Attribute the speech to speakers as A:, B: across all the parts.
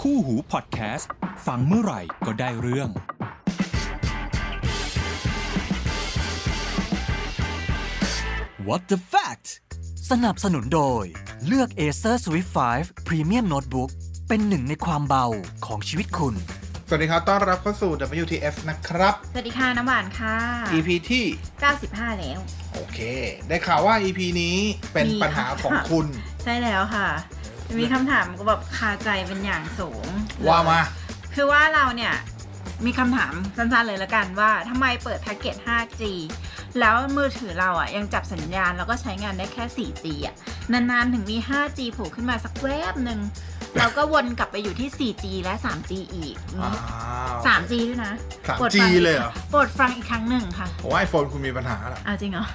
A: คู่หูพอดแคสต์ ฟังเมื่อไหร่ก็ได้เรื่อง
B: What the fact สนับสนุนโดย เลือก Acer Swift 5 Premium Notebook เป็นหนึ่งในความเบาของชีวิตคุณ
C: สวัสดีครับ ต้อนรับเข้าสู่ WTF นะครับ
D: สวัสดีค่ะ น้ำหวานค่ะ
C: EP ที่
D: 95 แล้ว
C: โอเค ได้ข่าวว่า EP นี้เป็น
D: มี
C: ปัญหาของ
D: ค่ะ
C: คุณ
D: ใช่แล้วค่ะ มีคำถามก็แบบคาใจเป็นอย่างสูง
C: ว่ามา
D: คือว่าเราเนี่ย มีคำถามสั้นๆเลยละกันว่าทำไมเปิดแพ็กเกจ 5G แล้วมือถือเราอ่ะยังจับสัญญาณ แล้วก็ใช้งานได้แค่ 4G อ่ะ นานๆ ถึงมี 5G โผล่ขึ้นมาสักแวบหนึ่ง เราก็วนกลับไปอยู่ที่ 4G และ 3G อีก
C: อ้าว
D: 3G ด้วยนะ
C: 3G
D: โปรดฟัง
C: เลยเหรอ
D: โปรดฟังอีกครั้งหนึ่งค่ะ
C: ผมว่าไอโฟนคุณมีปัญหาละ
D: อ่ะจริ งเหรอ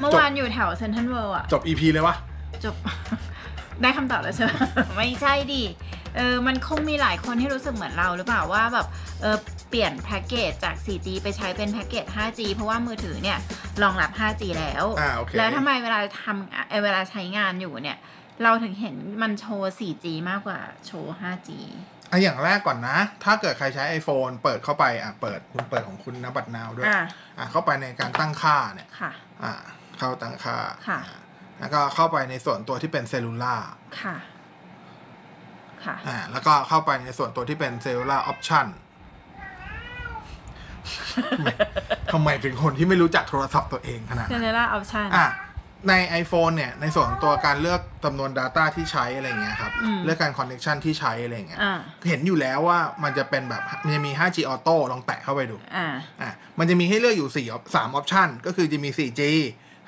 D: เมื่อวานอยู่แถวเซนทรัลเวิลด์อ่ะ
C: จบ EP เลยวะ
D: จบ ได้คำตอบแล้วใช่ไหม ไม่ใช่ดิเออมันคงมีหลายคนที่รู้สึกเหมือนเราหรือเปล่าว่าแบบเออเปลี่ยนแพ็กเกจจาก 4G ไปใช้เป็นแพ็กเกจ 5G เพราะว่ามือถือเนี่ยรองรับ 5G แล้ว
C: อ่าโอเค
D: แล้วทำไมเวลาทำเอ่อเวลาใช้งานอยู่เนี่ย เราถึงเห็นมันโชว์ 4G มากกว่าโชว์ 5G
C: อ่ะอย่างแรกก่อนนะ ถ้าเกิดใครใช้ iPhone เปิดเข้าไป อ่ะ เปิดคุณเปิดของคุณนะบัตรนาวด้วย
D: อ่ะ
C: อ่ะ เข้าไปในการตั้งค่าเนี่ย
D: ค่ะ
C: อ่ะ เข้าตั้งค่า
D: ค่ะ
C: อ่แล้วก็เข้าไปในส่วนตัวที่เป็นเซลลูล่า
D: ค่ะ ค่ะ
C: อ่า แล้วก็เข้าไปในส่วนตัวที่เป็นเซลลูล่าออปชั่น ทำไมเป็นคนที่ไม่รู้จักโทรศัพท์ตัวเองขนาดนั้น
D: เจเนอเร option
C: อ่ะใน iPhone เนี่ย ในส่วนของตัวการเลือกจำนวน Data ที่ใช้อะไรเงี้ยครับ
D: อืม
C: เลือกการ Connection ที่ใช้อะไรเงี้ย
D: อ่า
C: เห็นอยู่แล้วว่ามันจะเป็นแบบมันจะมี 5G Auto ลองแตะเข้าไปดู
D: อ่า
C: อ่ะมันจะมีให้เลือกอยู่4 3 Option ก็คือจะมี 4G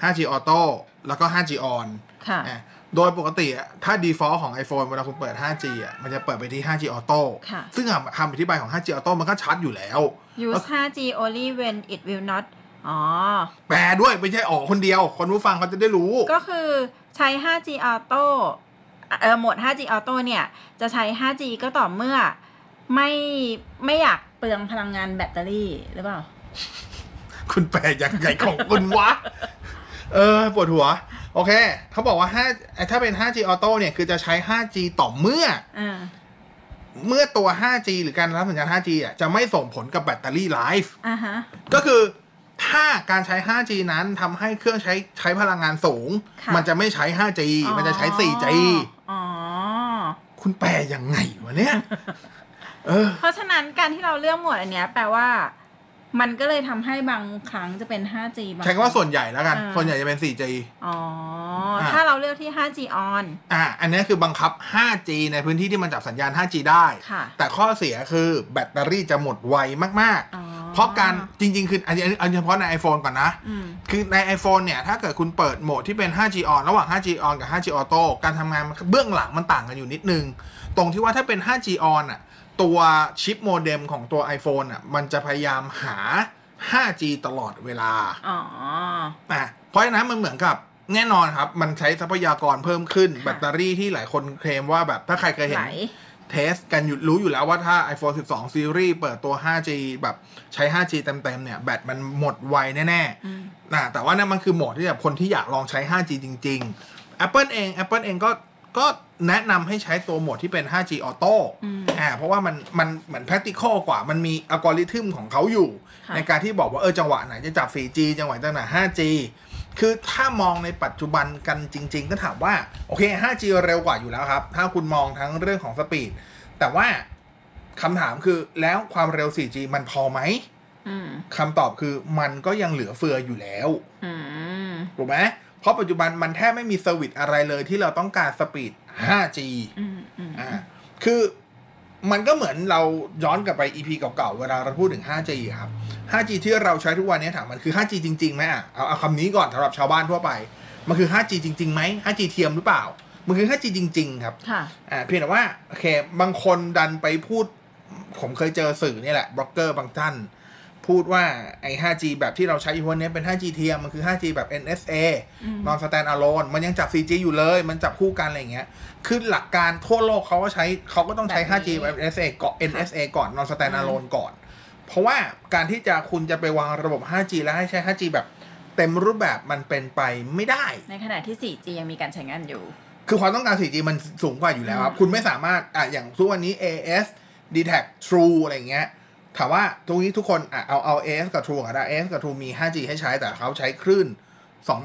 C: 5G Auto แล้วก็ 5G On
D: ค่ะ
C: อ่ะโดยปกติอ่ะถ้า default ของ iPhone เวลาคุณเปิด 5G อ่ะมันจะเปิดไปที่ 5G Auto
D: ค่ะ
C: ซึ่งอ่ะคำอธิบายของ 5G Auto มันก็ชัดอยู่แล้ว
D: use 5G only when it will not อ๋อ
C: แปลด้วยไม่ใช่ออกคนเดียว คนผู้ฟังเขาจะได้รู้
D: ก็คือใช้ 5G Auto เออโหมด 5G Auto เนี่ย จะใช้ 5G ก็ต่อเมื่อไม่ไม่อยากเปลืองพลังงานแบตเตอรี่หรือเปล่า
C: คุณแปลยังไงของคุณวะ เออ ปวดหัว โอเค เขาบอกว่า5ไอ้ถ้าเป็น 5G Auto เนี่ย คือจะใช้ 5G ต่อเมื่อ
D: อ่า
C: เมื่อตัว 5G หรือการรับสัญญาณ 5G อ่ะ จะไม่ส่งผลกับแบตเตอรี่ไลฟ์
D: อ่าฮะ
C: ก็คือถ้าการใช้ 5G นั้นทำให้เครื่องใช้ใช้พลังงานสูง
D: ค่ะ
C: มันจะไม่ใช้ 5G มันจะใช้ 4G
D: อ๋อ
C: คุณแปลยังไงวะเนี่ย เออ
D: เพราะฉะนั้นการที่เราเลือกโหมดอันเนี้ยแปลว่า มันก็เลยทำให้บางครั้งจะเป็น 5G บาง
C: ใช้คำว่าส่วนใหญ่แล้วกัน
D: อ่า
C: ส่วนใหญ่จะเป็น 4G
D: อ๋อ
C: อ่า
D: ถ้าเราเลือกที่ 5G on
C: อ่ะอันนี้คือบังคับ 5G ในพื้นที่ที่มันจับสัญญาณ 5G ได้
D: ค่ะ
C: แต่ข้อเสียคือแบตเตอรี่จะหมดไวมาก
D: อ๋อ
C: ๆ เพราะการจริง ๆ คืออันนี้อันนี้อันนี้เฉพาะใน iPhone ก่อนนะ
D: อืม
C: คือใน iPhone เนี่ย ถ้าเกิดคุณเปิดโหมดที่เป็น 5G on ระหว่าง 5G on กับ 5G auto การทำงานมันเบื้องหลังมันต่างกันอยู่นิดนึง ตรงที่ว่าถ้าเป็น 5G on อ่ะ ตัวชิปโมเด็มของตัว iPhone อ่ะ มันจะพยายามหา 5G ตลอดเวลา
D: อ๋อ
C: อ่ะเพราะฉะนั้นมันเหมือนกับแน่นอนครับ มันใช้ทรัพยากรเพิ่มขึ้น แบตเตอรี่ที่หลายคนเคลมว่าแบบถ้าใครเคยเห็
D: ไห
C: น
D: ล
C: เทสกันอยู่รู้อยู่แล้วว่าถ้า iPhone 12 Series เปิดตัว 5G แบบใช้ 5G เต็มๆเนี่ย แบตมันหมดไวแน่
D: อืม
C: ๆนะแต่ว่านั่นมันคือโหมดที่แบบคนที่อยากลองใช้ 5G จริง ๆ Apple เอง Apple เองก็ก็แนะนำให้ใช้ตัวโหมดที่เป็น 5G Auto
D: อืม
C: อ่าเพราะว่ามันมันเหมือน practical กว่ามันมีอัลกอริทึมของเขาอยู่
D: ค่ะ
C: ในการที่บอกว่าเออจังหวะไหนจะจับ 4G จังหวะไหน 5G คือถ้ามองในปัจจุบันกันจริง ๆ ก็ถามว่า โอเค 5G เร็วกว่าอยู่แล้วครับ ถ้าคุณมองทั้งเรื่องของสปีด แต่ว่าคำถามคือแล้วความเร็ว 4G มันพอไหม
D: อืม
C: คำตอบคือมันก็ยังเหลือเฟืออยู่แล้ว
D: อืม
C: ถูกไหมเพราะปัจจุบันมันแทบไม่มีเซอร์วิสอะไรเลยที่เราต้องการสปีด 5G
D: อืมอืม
C: อ่า คือมันก็เหมือนเราย้อนกลับไป EP เก่าๆ เวลาเราพูดถึง 5G ครับ 5G ที่เราใช้ทุกวันนี้ถามมันคือ 5G จริงๆไหมอ่ะ เอาเอาคำนี้ก่อนสำหรับชาวบ้านทั่วไป มันคือ 5G จริงๆไหม 5G เทียมหรือเปล่า มันคือ 5G จริงๆ ครับ
D: ค่ะ
C: อ่าเพียงแต่ว่าโอเคบางคนดันไปพูด ผมเคยเจอสื่อเนี่ยแหละบล็อกเกอร์บางท่าน พูดว่าไอ้ 5G แบบที่เราใช้อยู่วันนี้เป็น 5G เทียมมันคือ 5G แบบ NSA
D: อืม
C: non stand alone มันยังจับ 4G อยู่เลย มันจับคู่กันอะไรอย่างเงี้ยคือหลักการทั่วโลกเขาก็ใช้เขาก็ต้องใช้
D: แบบ
C: 5G
D: นี้
C: แบบ NSA ก่อน NSA ก่อน non stand alone ก่อน เพราะว่าการที่จะคุณจะไปวางระบบ 5G แล้วให้ใช้ 5G แบบเต็มรูปแบบมันเป็นไปไม่ได้
D: ในขณะที่ 4G ยังมีการใช้งานอยู่
C: คือความต้องการ 4G มันสูงกว่าอยู่แล้วครับ คุณไม่สามารถอ่ะอย่างทุกวันนี้ AS d t a c True อะไรอย่างเงี้ย ถามว่าตรงนี้ทุกคนอ่ะเอาเอา AS กับ True กับ AS กับ True มี 5G ให้ใช้แต่เขาใช้คลื่น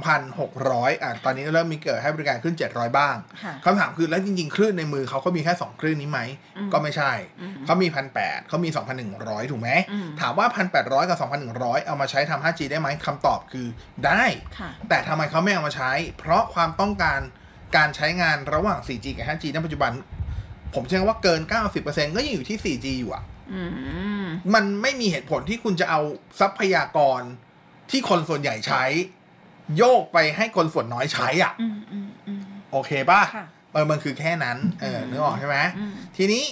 C: 2,600อ่ะตอนนี้เริ่มมีเกิดให้บริการขึ้น 700 บ้าง
D: ค่ะ
C: คำถามคือแล้วจริงๆ คลื่นในมือเขาก็มีแค่ 2 คลื่นนี้ไหม
D: อืม
C: ก็ไม่ใช่
D: อืม
C: เขามี 1,800เขามี 2,100 ถูกไหม
D: อืม
C: ถามว่า 1,800 กับ 2,100 เอามาใช้ทำ 5G ได้ไหมคำตอบคือได้
D: ค่ะ
C: แต่ทำไมเขาไม่เอามาใช้ เพราะความต้องการการใช้งานระหว่าง 4G กับ 5G ณปัจจุบัน ผมเชื่อว่าเกิน 90%ก็ยังอยู่ที่ 4G อยู่อะ
D: อืม
C: มันไม่มีเหตุผลที่คุณจะเอาทรัพยากรที่คนส่วนใหญ่ใช้ โยกไปให้คนส่วนน้อยใช้อะ
D: อืมอืมอืม
C: โอเคป่ะ
D: ค่ะ
C: เออมันคือแค่นั้น เออนึกออกใช่ไหม
D: อืม
C: ทีนี้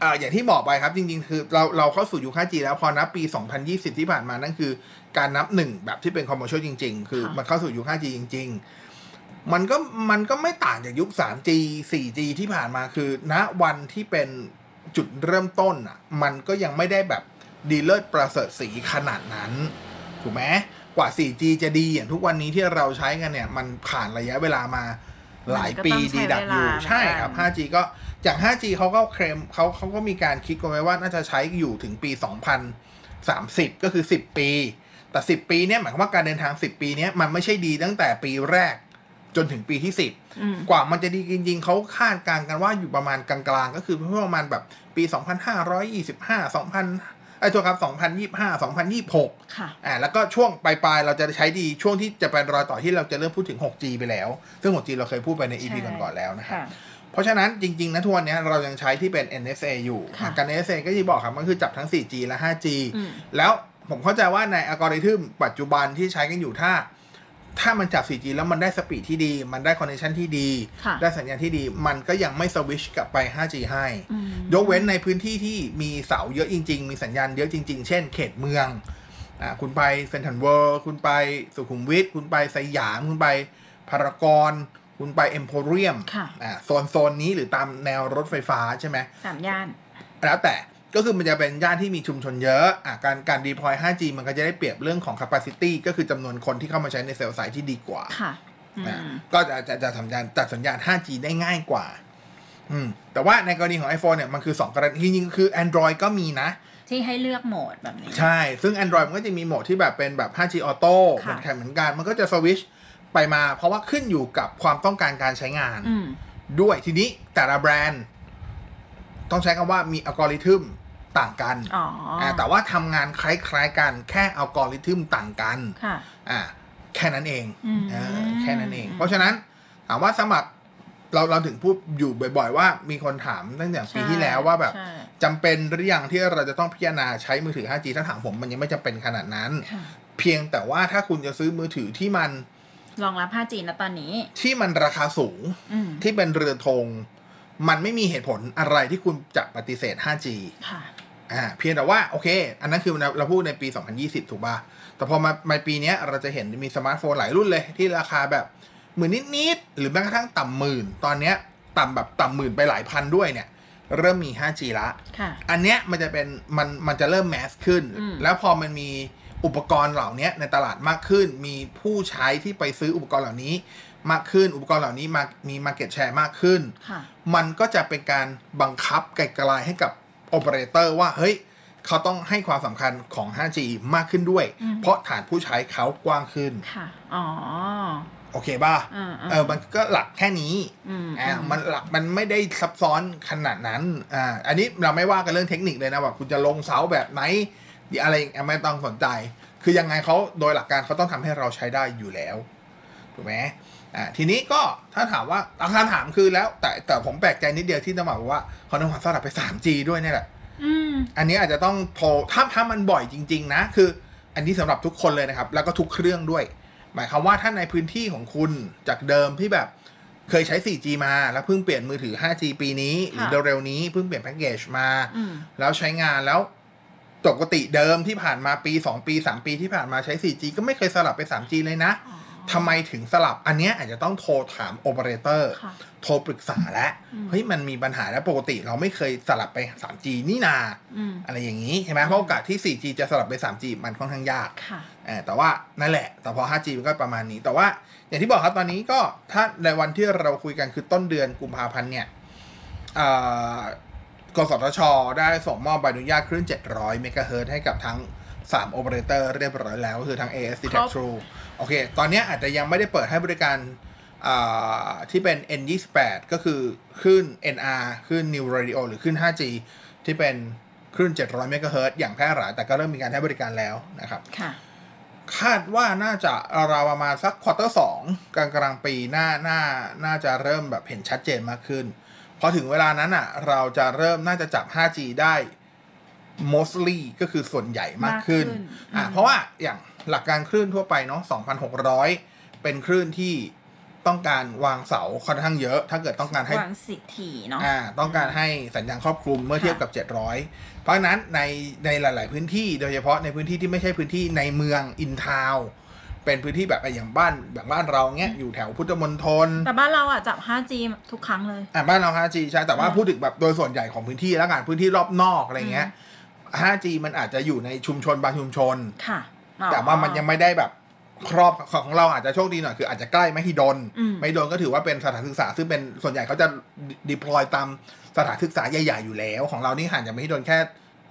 C: เอ่ออย่างที่บอกไปครับจริงๆ คือเราเราเข้าสู่ยุค 5G แล้วพอนับปี 2020 ที่ผ่านมานั่นคือการนับหนึ่งแบบที่เป็นคอมเมอร์เชียลจริง ๆ คือ
D: ค่ะ
C: มันเข้าสู่ยุค 5G จริง ๆ มันก็มันก็ไม่ต่างจากยุค 3G 4G ที่ผ่านมาคือ ณวันที่เป็นจุดเริ่มต้นอ่ะมันก็ยังไม่ได้แบบดีเลิศประเสริฐสีขนาดนั้น ถูกไหมกว่า 4G จะดีอย่างทุกวันนี้ที่เราใช้กันเนี่ย มันผ่านระยะเวลามาหลายปี
D: มันก็ต้องใช้
C: ดีดักอยู่
D: เวลาเหมือนกัน
C: ใช่ครับ 5G ก็จาก 5G เขาก็เคลมเขาเขาก็มีการคิดกันไว้ว่าน่าจะใช้อยู่ถึงปี 2030 ก็คือ 10 ปี แต่ 10 ปีเนี่ยหมายความว่าการเดินทาง 10 ปีเนี่ยมันไม่ใช่ดีตั้งแต่ปีแรกจนถึงปีที่ 10
D: อืม
C: กว่ามันจะดีจริงๆ เขาคาดการณ์กันว่าอยู่ประมาณกลางๆ ก็คือประมาณแบบปี 2525 2000ไอ้ตัวครับ 2025 2026
D: ค่ะ
C: อ่าแล้วก็ช่วงปลายๆ เราจะใช้ดีช่วงที่จะเป็นรอยต่อที่เราจะเริ่มพูดถึง 6G ไปแล้ว ซึ่ง 6G เราเคยพูดไปใน EP
D: ใช่
C: ก่อนๆ แล้วนะครับ
D: ค่ะ
C: เพราะฉะนั้นจริงๆ นะทกวนเนี้ยเรายังใช้ที่เป็น NSA อยู่
D: ค่ะ
C: การ NSA ก็ที่บอกครับมันคือจับทั้ง 4G และ 5G
D: อืม
C: แล้วผมเข้าใจว่าในอัลกอริทึมปัจจุบันที่ใช้กันอยู่ถ้า ถ้ามันจับ 4G แล้วมันได้สปีดที่ดี มันได้คอนเนคชันที่ดี
D: ค่ะ
C: ได้สัญญาณที่ดี มันก็ยังไม่สวิชกลับไป 5G ให้
D: อืม
C: ยกเว้นในพื้นที่ที่มีเสาเยอะจริง ๆ มีสัญญาณเยอะจริง ๆ เช่น เขตเมืองอ่าคุณไปเซนทรัลเวิลด์คุณไปสุขุมวิทคุณไปสยาม คุณไปพารากอนคุณไปเอ็มโพเรียม
D: ค่ะ
C: อ่าโซนโซนนี้หรือตามแนวรถไฟฟ้าใช่ไหม
D: สามย่าน
C: แล้วแต่ก็คือมันจะเป็นย่านที่มีชุมชนเยอะอ่ะการการดีพอย 5G มันก็จะได้เปรียบเรื่องของ capacity ก็คือจำนวนคนที่เข้ามาใช้ในเซลล์สายที่ดีกว่า
D: ค่ะ อื
C: นะ
D: ม
C: ก็จะจะจะสัญญาณจัดสัญญาณ 5G ได้ง่ายกว่า อืมแต่ว่าในกรณีของ iPhone เนี่ยมันคือ 2 กรณีจริงๆคือ Android ก็มีนะ
D: ที่ให้เลือกโหมดแบบนี้
C: ใช่ ซึ่ง Android มันก็จะมีโหมดที่แบบเป็นแบบ 5G Auto เหมือน
D: ค่ะ
C: กันเหมือนกัน มันก็จะสวิชไปมาเพราะว่าขึ้นอยู่กับความต้องการการใช้งาน
D: อืม
C: ด้วยทีนี้แต่ละแบรนด์ ต้องใช้คำว่ามีอัลกอริทึมต่างกัน
D: อ๋ออ่
C: าแต่ว่าทำงานคล้ายๆกันแค่อัลกอริทึมต่างกัน
D: ค่ะ
C: อ่าแค่นั้นเอง
D: อืม
C: เออแค่นั้นเอง
D: อืม
C: เพราะฉะนั้นถามว่าสมัครเราเราถึงพูดอยู่บ่อยๆ ว่ามีคนถามตั้งแต่ปี
D: ใช่
C: ที่แล้วว่าแบบ
D: ใช่
C: จำเป็นหรือยังที่เราจะต้องพิจารณาใช้มือถือ 5G ถ้าถามผมมันยังไม่จำเป็นขนาดนั้น
D: ค่ะ
C: เพียงแต่ว่าถ้าคุณจะซื้อมือถือที่มัน
D: รองรับ 5G นะตอนนี้
C: ที่มันราคาสูง
D: อืม
C: ที่เป็นเรือธงมันไม่มีเหตุผลอะไรที่คุณจะปฏิเสธ 5G
D: ค่ะ
C: อ่าเพียงแต่ว่าโอเค อันนั้นคือเราเราพูดในปี 2020 ถูกป่ะ แต่พอมามาปีเนี้ยเราจะเห็นมีสมาร์ทโฟนหลายรุ่นเลยที่ราคาแบบหมื่นนิด ๆ หรือแม้กระทั่งต่ำหมื่น ตอนเนี้ยต่ำแบบต่ำหมื่นไปหลายพันด้วยเนี่ย เริ่มมี 5G ละ
D: ค่ะ
C: อันเนี้ยมันจะเป็นมันมันจะเริ่มแมสขึ้น
D: อืม
C: แล้วพอมันมีอุปกรณ์เหล่านี้ในตลาดมากขึ้น มีผู้ใช้ที่ไปซื้ออุปกรณ์เหล่านี้ มากขึ้นอุปกรณ์เหล่านี้มามี Market Share มากขึ้น
D: ค่ะ
C: มันก็จะเป็นการบังคับไกลๆให้กับโอเปอเรเตอร์ว่าเฮ้ยเขาต้องให้ความสำคัญของ 5G มากขึ้นด้วย
D: อืม
C: เพราะฐานผู้ใช้เขากว้างขึ้น
D: ค่ะ อ๋อ
C: โอเคป่ะ
D: อ่าๆ
C: เออมันก็หลักแค่นี้
D: อืม
C: อ่ามันหลักมันไม่ได้ซับซ้อนขนาดนั้น อ่า อันนี้เราไม่ว่ากันเรื่องเทคนิคเลยนะว่าคุณจะลงเสาแบบไหนอะไรอ่ะไม่ต้องสนใจ คือยังไงเขาโดยหลักการเขาต้องทำให้เราใช้ได้อยู่แล้ว ถูกไหมอ่า ทีนี้ก็ถ้าถามว่าอ่ะคำถามคือแล้ว แต่แต่ผมแปลกใจนิดเดียวที่ตำรวจบอกว่าเขาต้องหาสลับไป 3G ด้วยเนี่ยแหละ
D: อืม
C: อันนี้อาจจะต้องโทรถ้าถ้ามันบ่อยจริง ๆ นะ คือ อันนี้สำหรับทุกคนเลยนะครับ แล้วก็ทุกเครื่องด้วย หมายความว่าถ้าในพื้นที่ของคุณจากเดิมที่แบบเคยใช้ 4G มาแล้วเพิ่งเปลี่ยนมือถือ 5G ปีนี้ หรือ
D: ค่ะ
C: เร็วๆนี้เพิ่งเปลี่ยนแพ็กเกจมา
D: อืม
C: แล้วใช้งานแล้วปกติเดิมที่ผ่านมาปี 2 ปี 3 ปีที่ผ่านมาใช้ 4G ก็ไม่เคยสลับไป 3G เลยนะ
D: อ๋อ
C: ทำไมถึงสลับอันเนี้ยอาจจะต้องโทรถามโอเปอเรเตอร์
D: ค่ะ
C: โทรปรึกษาแล้ว
D: อืม
C: เฮ้ยมันมีปัญหาแล้วปกติเราไม่เคยสลับไป 3G นี่นา
D: อืม
C: อะไรอย่างนี้ใช่ไหมเพราะโอกาสที่ 4G จะสลับไป 3G มันค่อนข้างยาก
D: ค่ะ
C: เอ่อแต่ว่านั่นแหละ แต่พอ 5G มันก็ประมาณนี้ แต่ว่าอย่างที่บอกครับตอนนี้ก็ถ้าในวันที่เราคุยกันคือต้นเดือนกุมภาพันธ์เนี่ยเอ่อกสทช ได้ส่งมอบใบอนุญาตคลื่น 700 เมกะเฮิรตซ์ให้กับทั้ง 3 โอเปอเรเตอร์เรียบร้อยแล้ว ก็คือทั้ง AS d t a c
D: ครบ
C: True โอเค ตอนเนี้ยอาจจะยังไม่ได้เปิดให้บริการอ่าที่เป็น N28 ก็คือขึ้น NR ขึ้น New Radio หรือขึ้น 5G ที่เป็นคลื่น 700 เมกะเฮิรตซ์อย่างแพร่หลายแต่ก็เริ่มมีการให้บริการแล้วนะครับ
D: ค่ะ
C: คาดว่าน่าจะราวประมาณสักควอเตอร์สองกลางกลางๆปีหน้าน่าน่าจะเริ่มแบบเห็นชัดเจนมากขึ้น พอถึงเวลานั้นอ่ะ เราจะเริ่มน่าจะจับ 5G ได้ mostly ก็คือส่วนใหญ่มากขึ้น
D: มากขึ้น
C: อ่ะ
D: อืม
C: เพราะว่าอย่างหลักการคลื่นทั่วไปเนาะ2,600 เป็นคลื่นที่ต้องการวางเสาค่อนข้างเยอะ ถ้าเกิดต้องการให้
D: หวังสิทธิเนาะ
C: อ่าต้องการให้สัญญาณครอบคลุมเมื่อ
D: ค่ะ
C: เทียบกับ 700 เพราะฉะนั้นในในหลาย ๆ พื้นที่โดยเฉพาะในพื้นที่ที่ไม่ใช่พื้นที่ในเมืองอินทาวเป็นพื้นที่แบบอย่างบ้านแบบบ้านเราเนี้ยอยู่แถวพุทธมณฑล
D: แต่บ้านเราอ่ะจับ 5G ทุกครั้งเลย
C: อ่าบ้านเรา 5G ใช่แต่ว่า
D: อืม
C: พูดถึงแบบโดยส่วนใหญ่ของพื้นที่แล้วกันพื้นที่รอบนอกอะไรเงี้ย
D: อื
C: 5G มันอาจจะอยู่ในชุมชนบางชุมชน
D: ค่ะอ๋อ
C: แต่ว่ามันยังไม่ได้แบบครอบของเราอาจจะโชคดีหน่อยคืออาจจะใกล้ไม่ฮิดน
D: อืม
C: ไม่ฮิดนก็ถือว่าเป็นสถานศึกษาซึ่งเป็นส่วนใหญ่เขาจะดิพลอยตามสถานศึกษาใหญ่ๆอยู่แล้ว ของเรานี่ห่างจากไม่ฮิดนแค่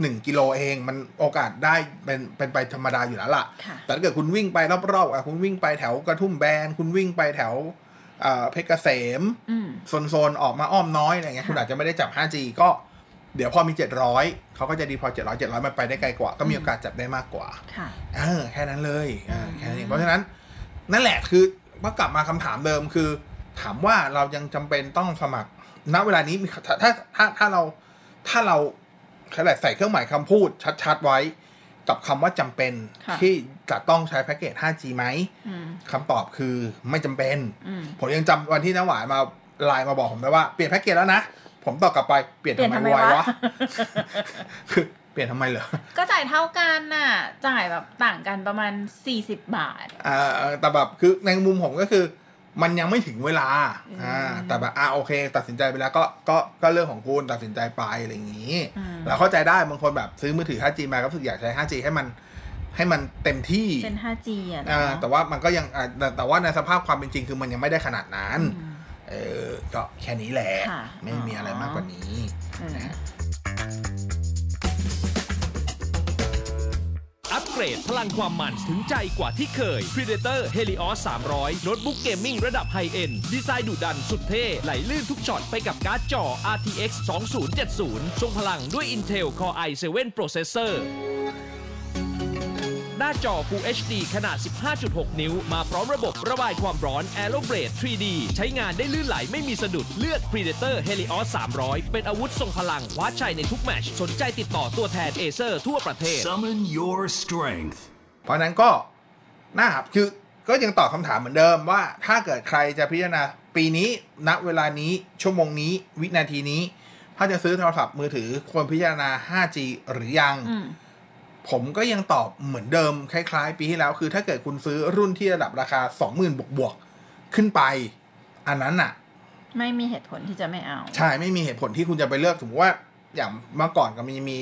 C: หนึ่งกิโลเอง มันโอกาสได้เป็นเป็นไปธรรมดาอยู่แล้วล่ะ
D: ค่ะ
C: แต่ถ้าเกิดคุณวิ่งไปรอบๆอ่ะคุณวิ่งไปแถวกระทุ่มแบนคุณวิ่งไปแถวเอ่อเพชรเกษม
D: อืม
C: โซนๆ ออกมาอ้อมน้อยอะไรเงี้ย
D: ค่ะ
C: คุณอาจจะไม่ได้จับ 5G ก็ เดี๋ยวพอมี 700 เขาก็จะดีพอ 700 700 มันไปได้ไกลกว่า ก็มี
D: อืม
C: โอกาสจับได้มากกว่า
D: ค่ะ
C: เออแค่นั้นเลยเออแค่นั้นเอง
D: อืม
C: เพราะฉะนั้น นั่นแหละคือว่ากลับมาคำถามเดิมคือ ถามว่าเรายังจำเป็นต้องสมัครณเวลานี้มีถ้าถ้าถ้าถ้าเราถ้าเราอะไรใส่เครื่องหมายคำพูดชัด ๆ ไว้ กับคำว่าจำเป็น
D: ค่ะ
C: ที่จะต้องใช้แพ็กเกจ 5G ไหม
D: อืม
C: คำตอบคือไม่จำเป็น
D: อืม
C: ผมยังจำวันที่น้าหวานมาไลน์มาบอกผมได้ว่าเปลี่ยนแพ็กเกจแล้วนะ ผมตอบกลับไปเปลี่ยนทำไม
D: เปลี่ยนทำไม
C: ไว
D: วะ
C: วะ คือเปลี่ยนทำไมเหรอ
D: ก็จ่ายเท่ากันน่ะ จ่ายแบบต่างกันประมาณ 40 บาท
C: อ่าแต่แบบคือในมุมผมก็คือ มันยังไม่ถึงเวลา
D: อืม
C: อ่าแต่แบบอ่าโอเค ตัดสินใจไปแล้วก็ก็ก็เรื่องของคุณตัดสินใจไปอะไรอย่างนี้
D: อืม
C: เราเข้าใจได้บางคนแบบซื้อมือถือ 5G มาก็รู้สึกอยากใช้ 5G ให้มันให้มันเต็มที่
D: เป็น 5G อ่ะ
C: อ่า
D: เนาะ
C: แต่ว่ามันก็ยังอ่าแต่แต่ว่าในสภาพความเป็นจริงคือมันยังไม่ได้ขนาดนั้น
D: อืม
C: เออก็แค่นี้แหละ
D: ค่ะ
C: ไม่มีอะไรมากกว่านี้
D: อืม
C: นะฮะ
E: อัปเกรดพลังความมันถึงใจกว่าที่เคย Predator Helios 300 โน้ตบุ๊กเกมมิ่งระดับไฮเอ็นดีไซน์ดุดันสุดเท่ ไหลลื่นทุกช็อตไปกับการ์ดจอ RTX 2070 ทรงพลังด้วย Intel Core i7 Processor หน้าจอ Full HD ขนาด 15.6 นิ้ว มาพร้อมระบบระบายความร้อน Aeroblade 3D ใช้งานได้ลื่นไหลไม่มีสะดุด เลือก Predator Helios 300 เป็นอาวุธทรงพลังคว้าชัยในทุกแมตช์สนใจติดต่อตัวแทน Acer ทั่วประเทศ
F: Summon your strength.
C: เพราะฉะนั้นก็นะครับคือก็ยังตอบคำถามเหมือนเดิมว่า ถ้าเกิดใครจะพิจารณาปีนี้ณเวลานี้ชั่วโมงนี้ วินาทีนี้ ถ้าจะซื้อโทรศัพท์มือถือควรพิจารณา 5G หรือยัง
D: อืม
C: ผมก็ยังตอบเหมือนเดิม คล้ายๆ ปีที่แล้ว คือถ้าเกิดคุณซื้อรุ่นที่ระดับราคา 20,000 บวกบวกๆขึ้นไป อันนั้นน่ะ
D: ไม่มีเหตุผลที่จะไม่เอา
C: ใช่ ไม่มีเหตุผลที่คุณจะไปเลือกสมมติว่าอย่างเมื่อก่อนก็มันจะมี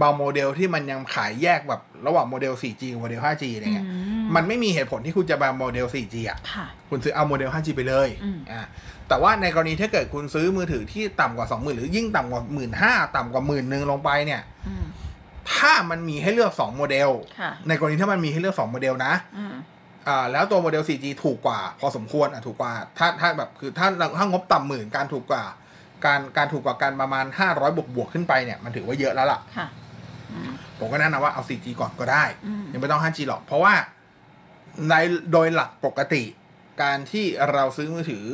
C: บางโมเดลที่มันยังขายแยกแบบระหว่างโมเดล 4G กับโมเดล 5G อะไรเงี้ย
D: อืม
C: มันไม่มีเหตุผลที่คุณจะมาโมเดล 4G อ่ะ
D: ค่ะ
C: คุณซื้อเอาโมเดล 5G ไปเลย
D: อืม
C: อ่าแต่ว่าในกรณีถ้าเกิดคุณซื้อมือถือที่ต่ำกว่า 20,000 หรือยิ่งต่ำกว่า 1 5ื่นต่ำกว่าหมื่นหนึ่งลงไปเนี่ย
D: อืม
C: ถ้ามันมีให้เลือก 2 โมเดล
D: ค่ะ
C: ในกรณีถ้ามันมีให้เลือก 2 โมเดลนะ
D: อืม
C: อ่าแล้วตัวโมเดล 4G ถูกกว่า พอสมควรอ่ะถูกกว่า ถ้าถ้าแบบคือถ้าถ้างบต่ำหมื่นการถูกกว่า การการถูกกว่ากันประมาณ 500 บวกบวกๆขึ้นไปเนี่ยมันถือว่าเยอะแล้วล่ะ
D: ค่ะ
C: ผมก็แนะนำว่าเอา 4G ก่อนก็ได้
D: อืม
C: ยังไม่ต้อง 5G หรอก เพราะว่าในโดยหลักปกติ การที่เราซื้อมือถือ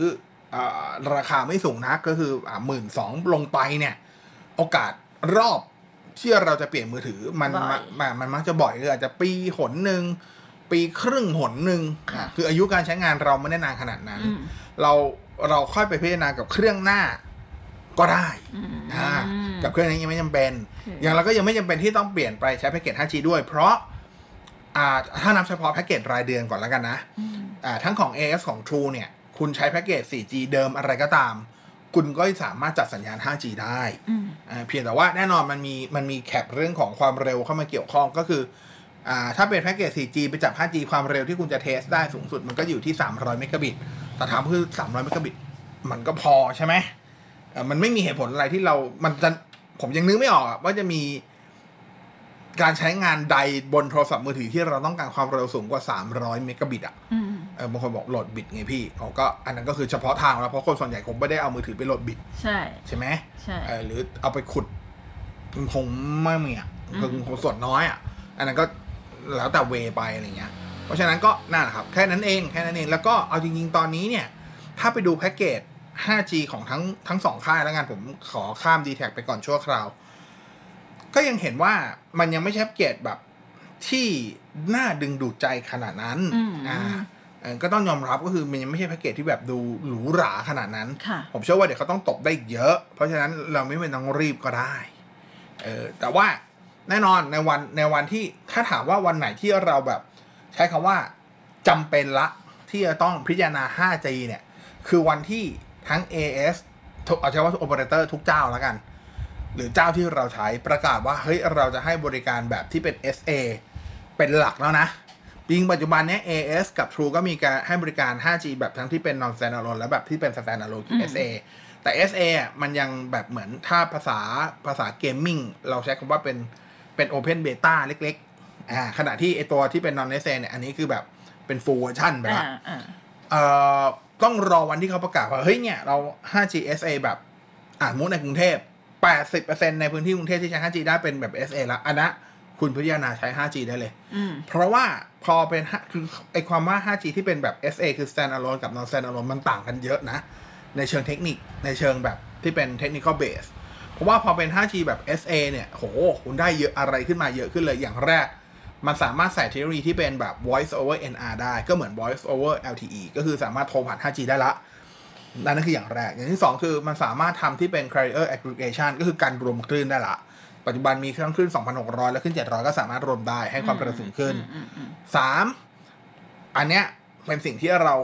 C: อาราคาไม่สูงนักก็คือหมื่นสองลงไปเนี่ย โอกาสรอบที่เราจะเปลี่ยนมือถือมัน
D: บ่อย
C: มันมันมันมักจะบ่อยคืออาจจะปีหนหนึ่งปีครึ่งหนหนึ่ง
D: ค่ะ
C: อ่ะคืออายุการใช้งานเราไม่ได้นานขนาดนั้น
D: อืม
C: เราเราค่อยไปพิจารณากับเครื่องหน้าก็ได้
D: อืม
C: อ่ากับเครื่องนี้ยังไม่จำเป็น
D: อืม
C: อย่างเราก็ยังไม่จำเป็นที่ต้องเปลี่ยนไปใช้แพ็กเกจ 5G ด้วย เพราะอ่าถ้านับเฉพาะแพ็กเกจรายเดือนก่อนแล้วกันนะ
D: อืม
C: อ่าทั้งของ AS ของ True เนี่ย คุณใช้แพ็กเกจ 4G เดิมอะไรก็ตาม คุณก็สามารถจัดสัญญาณ 5G ได้
D: อืม
C: อ่าเพียงแต่ว่าแน่นอนมันมีมันมีแคปเรื่องของความเร็วเข้ามาเกี่ยวข้องก็คืออ่าถ้าเป็นแพ็กเกจ 4G ไปจับ 5G ความเร็วที่คุณจะเทสได้สูงสุดมันก็อยู่ที่ 300 เมกะบิต แต่ถามคือ 300 เมกะบิต มันก็พอใช่ไหมเอ่อมันไม่มีเหตุผลอะไรที่เรา มันจะ ผมยังนึกไม่ออกอะว่าจะมี การใช้งานใดบนโทรศัพท์มือถือที่เราต้องการความเร็วสูงกว่า 300 เมกะบิตอ่ะ
D: อืม
C: เออบางคนบอกโหลดบิตไงพี่เขาก็อันนั้นก็คือเฉพาะทางแล้วเพราะคนส่วนใหญ่คงไม่ได้เอามือถือไปโหลดบิต
D: ใช่
C: ใช่ไหม
D: ใช่
C: เออหรือเอาไปขุดคงไม่มีอ่ะคือคงส่วนน้อยอ่ะ อันนั้นก็แล้วแต่เวไปอะไรเงี้ย เพราะฉะนั้นก็นั่นแหละครับ แค่นั้นเองแค่นั้นเองแล้วก็เอาจริง ๆ ตอนนี้เนี่ย ถ้าไปดูแพ็กเกจ 5G ของทั้งทั้งสองค่ายแล้วกันผมขอข้าม d t แทไปก่อนชั่วคราว ก็ยังเห็นว่ามันยังไม่ใช่แพ็กเกจแบบที่น่าดึงดูดใจขนาดนั้น
D: อืม
C: เออก็ต้องยอมรับก็คือมันยังไม่ใช่แพ็กเกจที่แบบดูหรูหราขนาดนั้น
D: ค่ะ
C: ผมเชื่อว่าเดี๋ยวเขาต้องตบได้อีกเยอะ เพราะฉะนั้นเราไม่เป็นต้องรีบก็ได้ เออแต่ว่าแน่นอนในวันในวันที่ถ้าถามว่าวันไหนที่เราแบบ ใช้คำว่าจำเป็นละที่จะต้องพิจารณา 5G เนี่ย คือวันที่ทั้ง AS ทุกเอาใช้ว่าโอเปอเรเตอร์ทุกเจ้าแล้วกัน หรือเจ้าที่เราใช้ประกาศว่า เฮ้ย เราจะให้บริการแบบที่เป็น SA เป็นหลักแล้วนะจริงปัจจุบันเนี้ย AS กับ True ก็มีการให้บริการ 5G แบบทั้งที่เป็น non standalone และแบบที่เป็น standalone คือ SA แต่ SA อ่ะมันยังแบบเหมือนถ้าภาษาภาษาเกมมิ่งเราใช้คำว่าเป็นเป็น open beta เล็กๆอ่าขณะที่ไอตัวที่เป็น non SA เนี่ยอันนี้คือแบบเป็น full version ไป
D: อ่า
C: ละ
D: อ่า
C: เอ่อต้องรอวันที่เขาประกาศว่า เฮ้ยเนี่ย เรา 5G SA แบบอ่านมุดในกรุงเทพ 80%ในพื้นที่กรุงเทพที่ใช้ 5G ได้เป็นแบบ SA ละอันนะคุณพิจารณาใช้ 5G ได้เลย
D: อืม
C: เพราะว่าพอเป็น5คือไอความว่า 5G ที่เป็นแบบ SA คือ standalone กับ non standalone มันต่างกันเยอะนะ ในเชิงเทคนิคในเชิงแบบที่เป็น technical base เพราะว่าพอเป็น 5G แบบ SA เนี่ย โห คุณได้เยอะอะไรขึ้นมาเยอะขึ้นเลย อย่างแรก มันสามารถใส่เทคโนโลยีที่เป็นแบบ voice over NR ได้ ก็เหมือน voice over LTE ก็คือสามารถโทรผ่าน 5G ได้ละ นั่นก็คืออย่างแรก อย่างที่สองคือมันสามารถทำที่เป็น carrier aggregation ก็คือการรวมคลื่นได้ละ ปัจจุบันมีเครื่องคลื่น 2,600 และขึ้น 700 ก็สามารถรวมได้ให้ความเร็วสูงขึ้น สามอันเนี้ยเป็นสิ่งที่เรา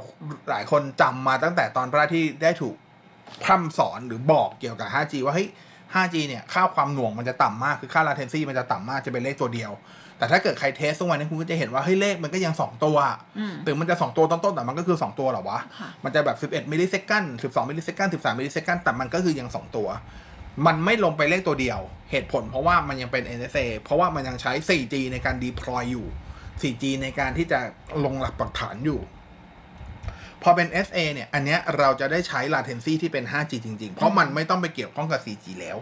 C: หลายคนจำมาตั้งแต่ตอนแรกที่ได้ถูกพร่ำสอนหรือบอกเกี่ยวกับ 5G ว่าเฮ้ย 5G เนี่ย ค่าความหน่วงมันจะต่ำมาก คือค่า latency มันจะต่ำมากจะเป็นเลขตัวเดียว แต่ถ้าเกิดใครเทสตรงวันนี้คุณก็จะเห็นว่าเฮ้ยเลขมันก็ยัง 2 ตัว
D: อืม
C: ถึงมันจะ 2 ตัวต้นๆแต่มันก็คือ 2 ตัวเหรอวะ
D: ค่ะ
C: มันจะแบบ 11มิลลิเซคัน12มิลลิเซคัน13มิลลิเซคันแต่มันก็คือยัง 2 ตัว มันไม่ลงไปเลขตัวเดียว เหตุผลเพราะว่ามันยังเป็น NSA เพราะว่ามันยังใช้ 4G ในการ deploy อยู่ 4G ในการที่จะลงหลักปักฐานอยู่ พอเป็น SA เนี่ย อันเนี้ยเราจะได้ใช้ latency ที่เป็น 5G จริง ๆ เพราะมันไม่ต้องไปเกี่ยวข้องกับ 4G แล้ว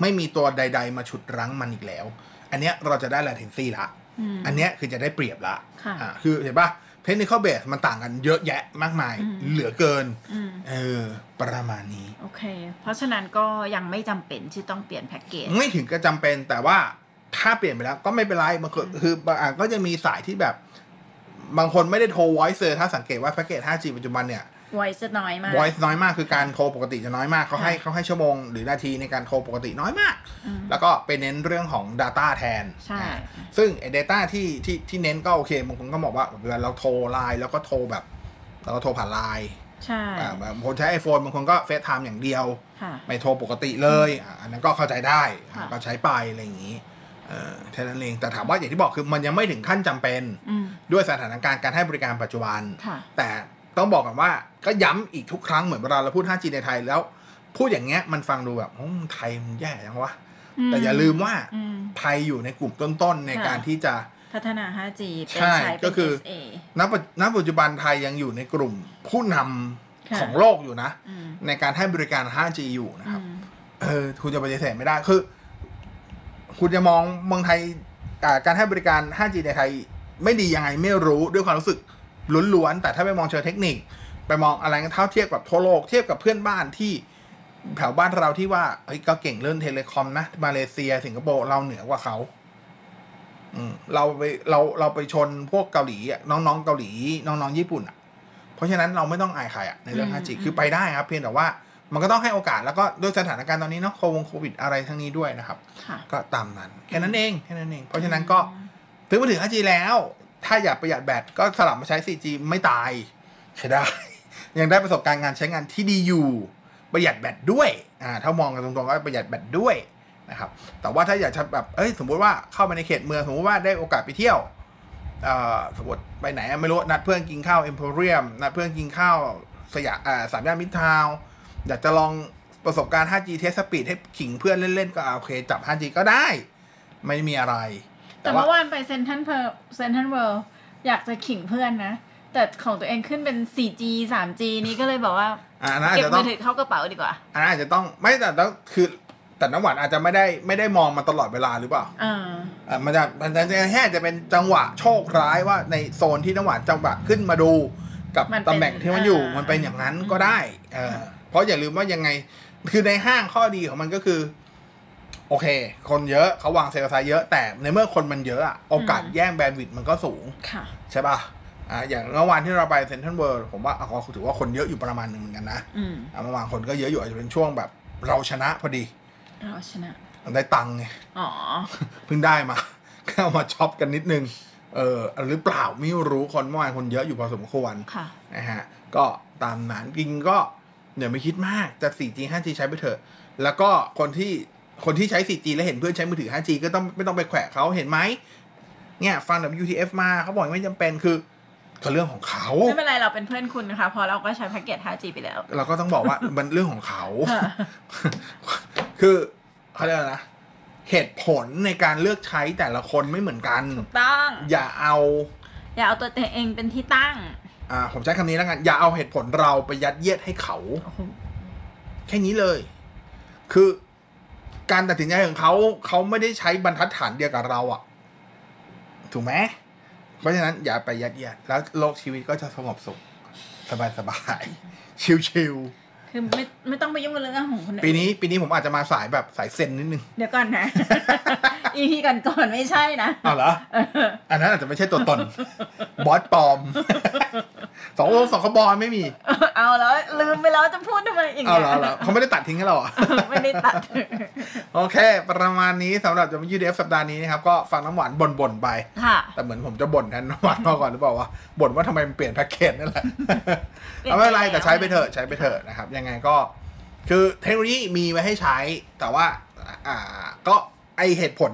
C: ไม่มีตัวใด ๆ มาฉุดรั้งมันอีกแล้ว อันเนี้ยเราจะได้ latency ละ
D: อืม
C: อันเนี้ยคือจะได้เปรียบละ
D: ค่ะ
C: อ่าคือเห็นปะ technical base มันต่างกันเยอะแยะมากมาย เหลือเกิน
D: อืม
C: เออ ประมาณนี้
D: โอเค เพราะฉะนั้นก็ยังไม่จำเป็นที่ต้องเปลี่ยนแพ็กเกจ
C: ไม่ถึงก็จำเป็นแต่ว่าถ้าเปลี่ยนไปแล้วก็ไม่เป็นไรมันคือคือบางอันก็จะมีสายที่แบบ บางคนไม่ได้โทร voice เลยถ้าสังเกตว่าแพ็กเกจ 5G ปัจจุบันเนี่ย
D: ไว้จะน้อยมาก
C: voice น้อยมากคือการโทรปกติจะน้อยมากเขาให้
D: ค่ะ
C: เขาให้ชั่วโมง หรือนาทีในการโทรปกติน้อยมาก
D: อืม
C: แล้วก็ไปเน้นเรื่องของ Data แทน
D: ใช่
C: อ่าซึ่งไอ้ data ที่ที่ที่เน้นก็โอเคบางคนก็บอกว่าเวลาเราโทรไลน์แล้วก็โทรแบบ เราก็โทรผ่านไลน์
D: ใช่
C: อ่าบางคนใช้ iPhone บางคนก็เฟซไทม์อย่างเดียว
D: ค่ะ
C: ไม่โทรปกติเลยอ่ะอันนั้นก็เข้าใจได้อ่ะ
D: ค่ะ
C: ก็ใช้ไปอะไรอย่างนี้เออแค่นั้นเองแต่ถามว่าอย่างที่บอกคือมันยังไม่ถึงขั้นจำเป็น
D: อืม
C: ด้วยสถานการณ์การให้บริการปัจจุบัน
D: ค่ะ
C: แต่ต้องบอกกันว่าก็ย้ำอีกทุกครั้งเหมือนเวลาเราพูด 5G ในไทยแล้ว พูดอย่างเงี้ยมันฟังดูแบบโอ้มไทยมันแย่จังวะ แต่อย่าลืมว่า
D: อืม
C: ไทยอยู่ในกลุ่มต้นๆใน
D: ค่ะ
C: การที่จะ
D: พัฒนา 5G เป็น
C: ใช่
D: สายเป็น
C: ก็คือ
D: SA
C: ณปัจณปัจจุบันไทยยังอยู่ในกลุ่มผู้นำ
D: ค่ะ
C: ของโลกอยู่นะ
D: อืม
C: ในการให้บริการ 5G อยู่นะค
D: อื
C: รับ
D: ม
C: เออคุณจะปฏิเสธไม่ได้คือ คุณจะมองเมืองไทยอ่าการให้บริการ 5G ในไทย ไม่ดียังไงไม่รู้ด้วยความรู้สึกล้วนๆ แต่ถ้าไปมองเชิงเทคนิค ไปมองอะไรก็เท่าเทียบกับทั่วโลกเทียบกับเพื่อนบ้านที่แถวบ้านเราที่ว่าเฮ้ยก็เก่งเรื่องเทเลคอมนะมาเลเซีย สิงคโปร์เราเหนือกว่าเขา อืมเราไปเราเราไปชนพวกเกาหลีอะน้องๆเกาหลี น้องๆญี่ปุ่นอ่ะ เพราะฉะนั้นเราไม่ต้องอายใครอ่ะในเรื่อง
D: อืม
C: 5G คือไปได้ครับ เพียงแต่ว่ามันก็ต้องให้โอกาสแล้วก็ด้วยสถานการณ์ตอนนี้เนาะโควิดอะไรทั้งนี้ด้วยนะครับ
D: ค่ะ
C: ก็ตามนั้นแค่นั้นเองแค่นั้นเอง เพราะฉะนั้นก็ถึงมาถึง 5G แล้ว ถ้าอยากประหยัดแบตก็สลับมาใช้ 4G ไม่ตาย ใช้ได้ ยังได้ประสบการณ์งานใช้งานที่ดีอยู่ ประหยัดแบตด้วยอ่าถ้ามองกันตรงๆก็ประหยัดแบตด้วยนะครับแต่ว่าถ้าอยากจะแบบเอ้ยสมมุติว่าเข้าไปในเขตเมืองสมมติว่าได้โอกาสไปเที่ยว เอ่อสมมติไปไหนอะไม่รู้ นัดเพื่อนกินข้าวเอ็มโพเรียมนัดเพื่อนกินข้าวสยามอ่าสามย่านมิตรทาวน์อยากจะลองประสบการณ์ 5G เทสสปีดให้ขิงเพื่อนเล่น ๆ ก็เอาโอเคจับ 5G ก็ได้ ไม่มีอะไร
D: แต่เมื่อวานไปเซนทันเพลเซนทันเวิลด์อยากจะขิงเพื่อนนะ แต่ของตัวเองขึ้นเป็น 4G 3G นี้ก็เลยบอกว่า
C: อ่านะอาจ
D: เก็บ
C: จะต้
D: มื
C: อง
D: อถือเข้ากระเป๋าดีกว่า
C: อันนั้นอาจจะต้องไม่แต่ต้องคือแต่น้ำหวานอาจจะไม่ได้ไม่ได้มองมาตลอดเวลาหรือเปล่า
D: เออ
C: อ่ะมันจะมันจะแค่จะเป็นจังหวะโชคร้ายว่าในโซนที่น้ำหวานจังหวะขึ้นมาดูกับ
D: มันเป็น
C: ตำแหน่งที่มันอยู่
D: อ่ามั
C: มันเป็นอย่างนั้นก็ได้เออเพราะอย่าลืมว่ายังไง คือในห้างข้อดีของมันก็คือ โอเค คนเยอะเขาวางเซลล์ไซส์เยอะ แต่ในเมื่อคนมันเยอะอะโอกาสแย่งแบนด์วิดต์มันก็สูง
D: ค่ะ
C: ใช่ป่ะอ่าอย่างเมื่อวานที่เราไปเซ็นทรัลเวิลด์ผมว่าอ่ะก็ถือว่าคนเยอะอยู่ประมาณหนึ่งเหมือนกันนะ
D: อืม
C: อ่ะเมื่อวานคนก็เยอะอยู่อาจจะเป็นช่วงแบบเราชนะพอดี
D: เราชนะ
C: ได้ตังค์ไง
D: อ๋อ
C: เพิ่งได้มา ก็เอามาช็อปกันนิดนึง เออหรือเปล่าไม่รู้คนเมื่อวานคนเยอะอยู่พอสมควร
D: ค่ะ
C: นะฮะก็ตามนั้นกินก็อย่าไปคิดมากจะ 4G 5G ใช้ไปเถอะ แล้วก็คนที่คนที่ใช้ 4G แล้วเห็นเพื่อนใช้มือถือ 5G ก็ต้องไม่ต้องไปแขวะเขาเห็นไหมเนี่ยฟังแบบ UTF มาเขาบอกไม่จำเป็นคือก็เรื่องของเขา
D: ไม่เป็นไรเราเป็นเพื่อนคุณนะคะเพอเราก็ใช้แพ็กเกจ 5G ไปแล้ว
C: เราก็ต้องบอกว่า มันเรื่องของเขา
D: ค่ะ
C: คือเขาเรียกอะไรนะ เหตุผลในการเลือกใช้แต่ละคนไม่เหมือนกัน
D: ต้อง
C: อย่าเอา
D: อย่าเอาตัวเองเป็นที่ตั้ง
C: อ่า ผมใช้คำนี้แล้วกัน อย่าเอาเหตุผลเราไปยัดเยียดให้เขา แค่นี้เลย คือการตัดสินใจของเขาเขาไม่ได้ใช้บรรทัดฐานเดียวกับเราอะถูกไหมเพราะฉะนั้นอย่าไปยัดเยียด แล้วโลกชีวิตก็จะสงบสุข สบายสบายๆ ชิล
D: คือไม่ไม่ต้องไปยุ่งกับเรื่องของคนอื่
C: ๆปีนี้ ปีนี้ผมอาจจะมาสายแบบสายเซนนิดนึง
D: เดี๋ยวก่อนนะ อีพีก่อนก่อนๆไม่ใช่นะ
C: อ้าวเหรอ อันนั้นอาจจะไม่ใช่ตัวตน บอสปลอม สององค์สองขบอไม่มี
D: เอาแล้วลืมไปแล้วจะพูดทำไมอีก
C: เอา
D: นี่ย
C: เหรอเหรอเขาไม่ได้ตัดทิ้งให้เราเหรอ
D: ไม่ได้ ตัด
C: โอเค ประมาณนี้สำหรับจะมายูดเอฟสัปดาห์นี้นะครับ ก็ฟังน้ำหวานบ่นๆไป
D: ค่ะ
C: แต่เหมือนผมจะบ่นแทนน้ำหวานมาก่อนหรือเปล่าวะบ่นว่าทำไมมันเปลี่ยนแพ็กเกจนั่นแหละ
D: เปลี่ยน
C: เอาไม่เป็นไร
D: ไปแล้ว
C: แต่ใช้ไปเถอะใช้ไปเถอะนะครับ ยังไงก็คือเทคโนโลยีมีไว้ให้ใช้ แต่ว่าอ่าก็ไอเหตุผล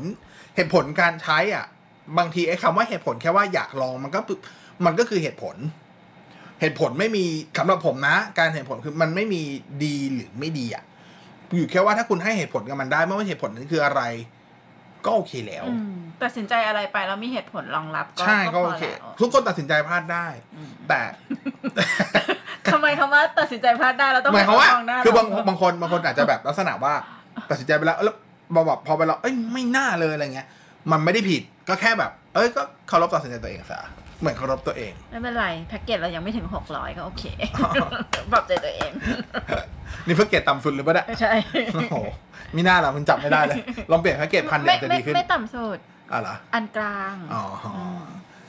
C: เหตุผลการใช้อ่ะ บางทีไอคำว่าเหตุผลแค่ว่าอยากลองมันก็ปึ๊บมันก็คือเหตุผล เหตุผลไม่มีสำหรับผมนะ การเหตุผลคือมันไม่มีดีหรือไม่ดีอ่ะอยู่แค่ว่าถ้าคุณให้เหตุผลกับมันได้ไม่ว่าเหตุผลนั้นคืออะไร ก็โอเคแล้ว
D: อืมตัดสินใจอะไรไปแล้วมีเหตุผลรองรับก็
C: ใช่
D: ก็
C: ก็
D: พ
C: โอ
D: อ
C: เค
D: แล้ว
C: ทุกคนตัดสินใจพลาดได้ แต่
D: ทำไมคำว่าตัดสินใจพลาดได้ เราต้อง
C: หมายความว่า
D: มองหน้
C: คือบาง
D: เร
C: บางคนบางคนอาจจะแบบลักษณะว่า ตัดสินใจไปแล้วแล้วบอกแบบพอไปแล้วเอ้ยไม่น่าเลยอะไรเงี้ย มันไม่ได้ผิดก็แค่แบบ เอ้ยก็เคารพตัดสินใจตัวเองซะเหมือนเคารพตัวเอง
D: ไม่เป็นไรแพ็กเกจเรายังไม่ถึงหกร้อยก็โอ เคปรับใจตัวเอง
C: นี่เพื่อเกตต่ำสุดหรือเปล่า เนี่ย
D: ใช่
C: โอ้โหไม่น่าหรอกมันจับไม่ได้เลย ลองเปลี่ยนแพ็กเกจพันเดีย
D: ไม่
C: วจะ
D: ไม่
C: ดีขึ้น
D: ไม่ต่ำสุด
C: อ่ะเหรอ
D: อันกลาง
C: อ๋อ
D: ม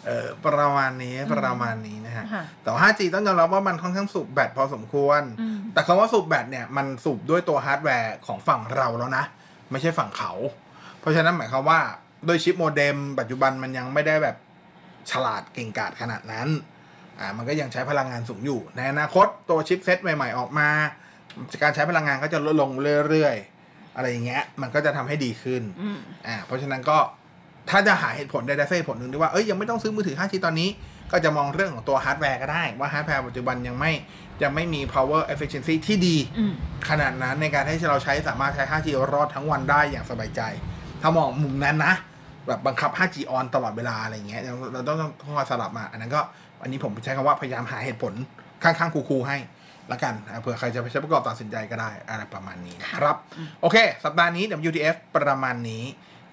C: เออประมาณนี้ประมาณนี้นะฮะ
D: ค่ะ
C: แต่ว่า 5G ต้องยอมรับว่ามันค่อนข้างสูบแบตพอสมควร
D: อืม
C: แต่คำว่าสูบแบตเนี่ย มันสูบด้วยตัวฮาร์ดแวร์ของฝั่งเราแล้วนะ ไม่ใช่ฝั่งเขา เพราะฉะนั้นหมายความว่าโดวยชิปโมเด็มปัจจุบันมันยังไม่ได้แบบฉลาดเก่งกาจขนาดนั้น อ่ามันก็ยังใช้พลังงานสูงอยู่ ในอนาคตตัวชิปเซตใหม่ ๆ ออกมา การใช้พลังงานก็จะลดลงเรื่อยๆ อะไรอย่างเงี้ย มันก็จะทำให้ดีขึ้น
D: อืม
C: อ่าเพราะฉะนั้นก็ถ้าจะหาเหตุผลใดๆสักเหตุผลหนึ่งที่ว่าเอ้ยยังไม่ต้องซื้อมือถือ 5G ตอนนี้ ก็จะมองเรื่องของตัวฮาร์ดแวร์ก็ได้ ว่าฮาร์ดแวร์ปัจจุบันยังไม่ยังไม่มี power efficiency ที่ดี
D: อืม
C: ขนาดนั้นในการให้เราใช้สามารถใช้ 5G รอดทั้งวันได้อย่างสบายใจ ถ้ามองมุมนั้นนะ แบบบังคับ 5G on ตลอดเวลาอะไรอย่างเงี้ยเราเราต้องต้องมาสลับมา อันนั้นก็อันนี้ผมใช้คำว่าพยายามหาเหตุผลข้างๆคูๆให้ละกันอ่ะเผื่อใครจะไปใช้ประกอบตัดสินใจก็ได้อะไรประมาณนี้นะครับ โอเค สัปดาห์นี้ WTF ประมาณนี้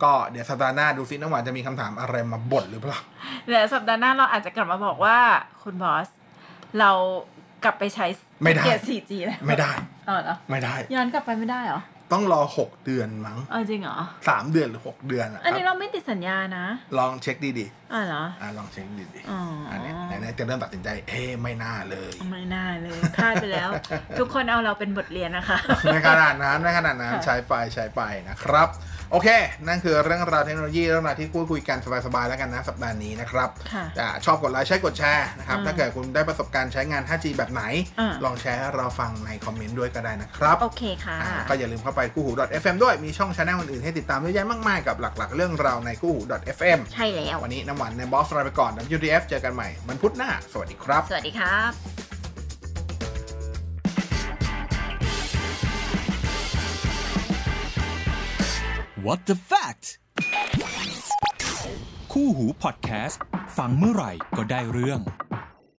C: ก็เดี๋ยวสัปดาห์หน้าดูซิน้องหวานจะมีคำถามอะไรมาบ่นหรือเปล่า
D: เดี๋ยวสัปดาห์หน้าเราอาจจะกลับมาบอกว่าคุณบอส เรากลับไปใช้
C: ไม่ได้
D: เกียร์ 4G แล้ว
C: ไม่ได้
D: อ๋อเหรอ
C: ไม่ได้
D: ย้อนกลับไปไม่ได้เหรอ
C: ต้องรอหกเดือนมั้ง
D: เอาจริงเหรอ
C: สามเดือนหรือหกเดือนอะค
D: อัน
C: รับ
D: นี้เราไม่ติดสัญญานะ
C: ลองเช็คดีๆ
D: อ๋อเหรอ
C: อ่ะลองเช็คดีๆ
D: อ๋ออั
C: นเนี้ยไหนๆจะเริ่มตัดสินใจ เอ้ไม่น่าเลย
D: ไม่น่าเลย พลาดไปแล้ว ทุกคนเอาเราเป็นบทเรียนนะคะ
C: ในขนาดนั้นในขนาดนั้น
D: ค่ะ
C: ใช้ไปใช้ไปนะครับ โอเค นั่นคือเรื่องราวเทคโนโลยีเรื่องราวที่พูดคุยกันสบายๆแล้วกันนะสัปดาห์นี้นะครับ
D: ค่ะ
C: อ่าชอบกดไลค์ใช้กดแชร์นะครับ
D: อืม
C: ถ้าเกิดคุณได้ประสบการณ์ใช้งาน 5G แบบไหน
D: อืม
C: ลองแชร์ให้เราฟังในคอมเมนต์ด้วยก็ได้นะครับ
D: โอเคค่ะ
C: อ่าก็อย่าลืมเข้าไปคู่หู .fm ด้วยมีช่องชาแนลอื่นๆให้ติดตามเยอะแยะมากมายกับหลากๆ เรื่องราวในคู่หู .fm
D: ใช่แล้ว
C: วันนี้น้ำหวานในบอสลาไปก่อน WTF เจอกันใหม่มันพุธหน้า สวัสดีครับ
D: สวัสดีครับ
A: What the fact คู่หูพอดแคสต์ฟังเมื่อไหร่ก็ได้เรื่อง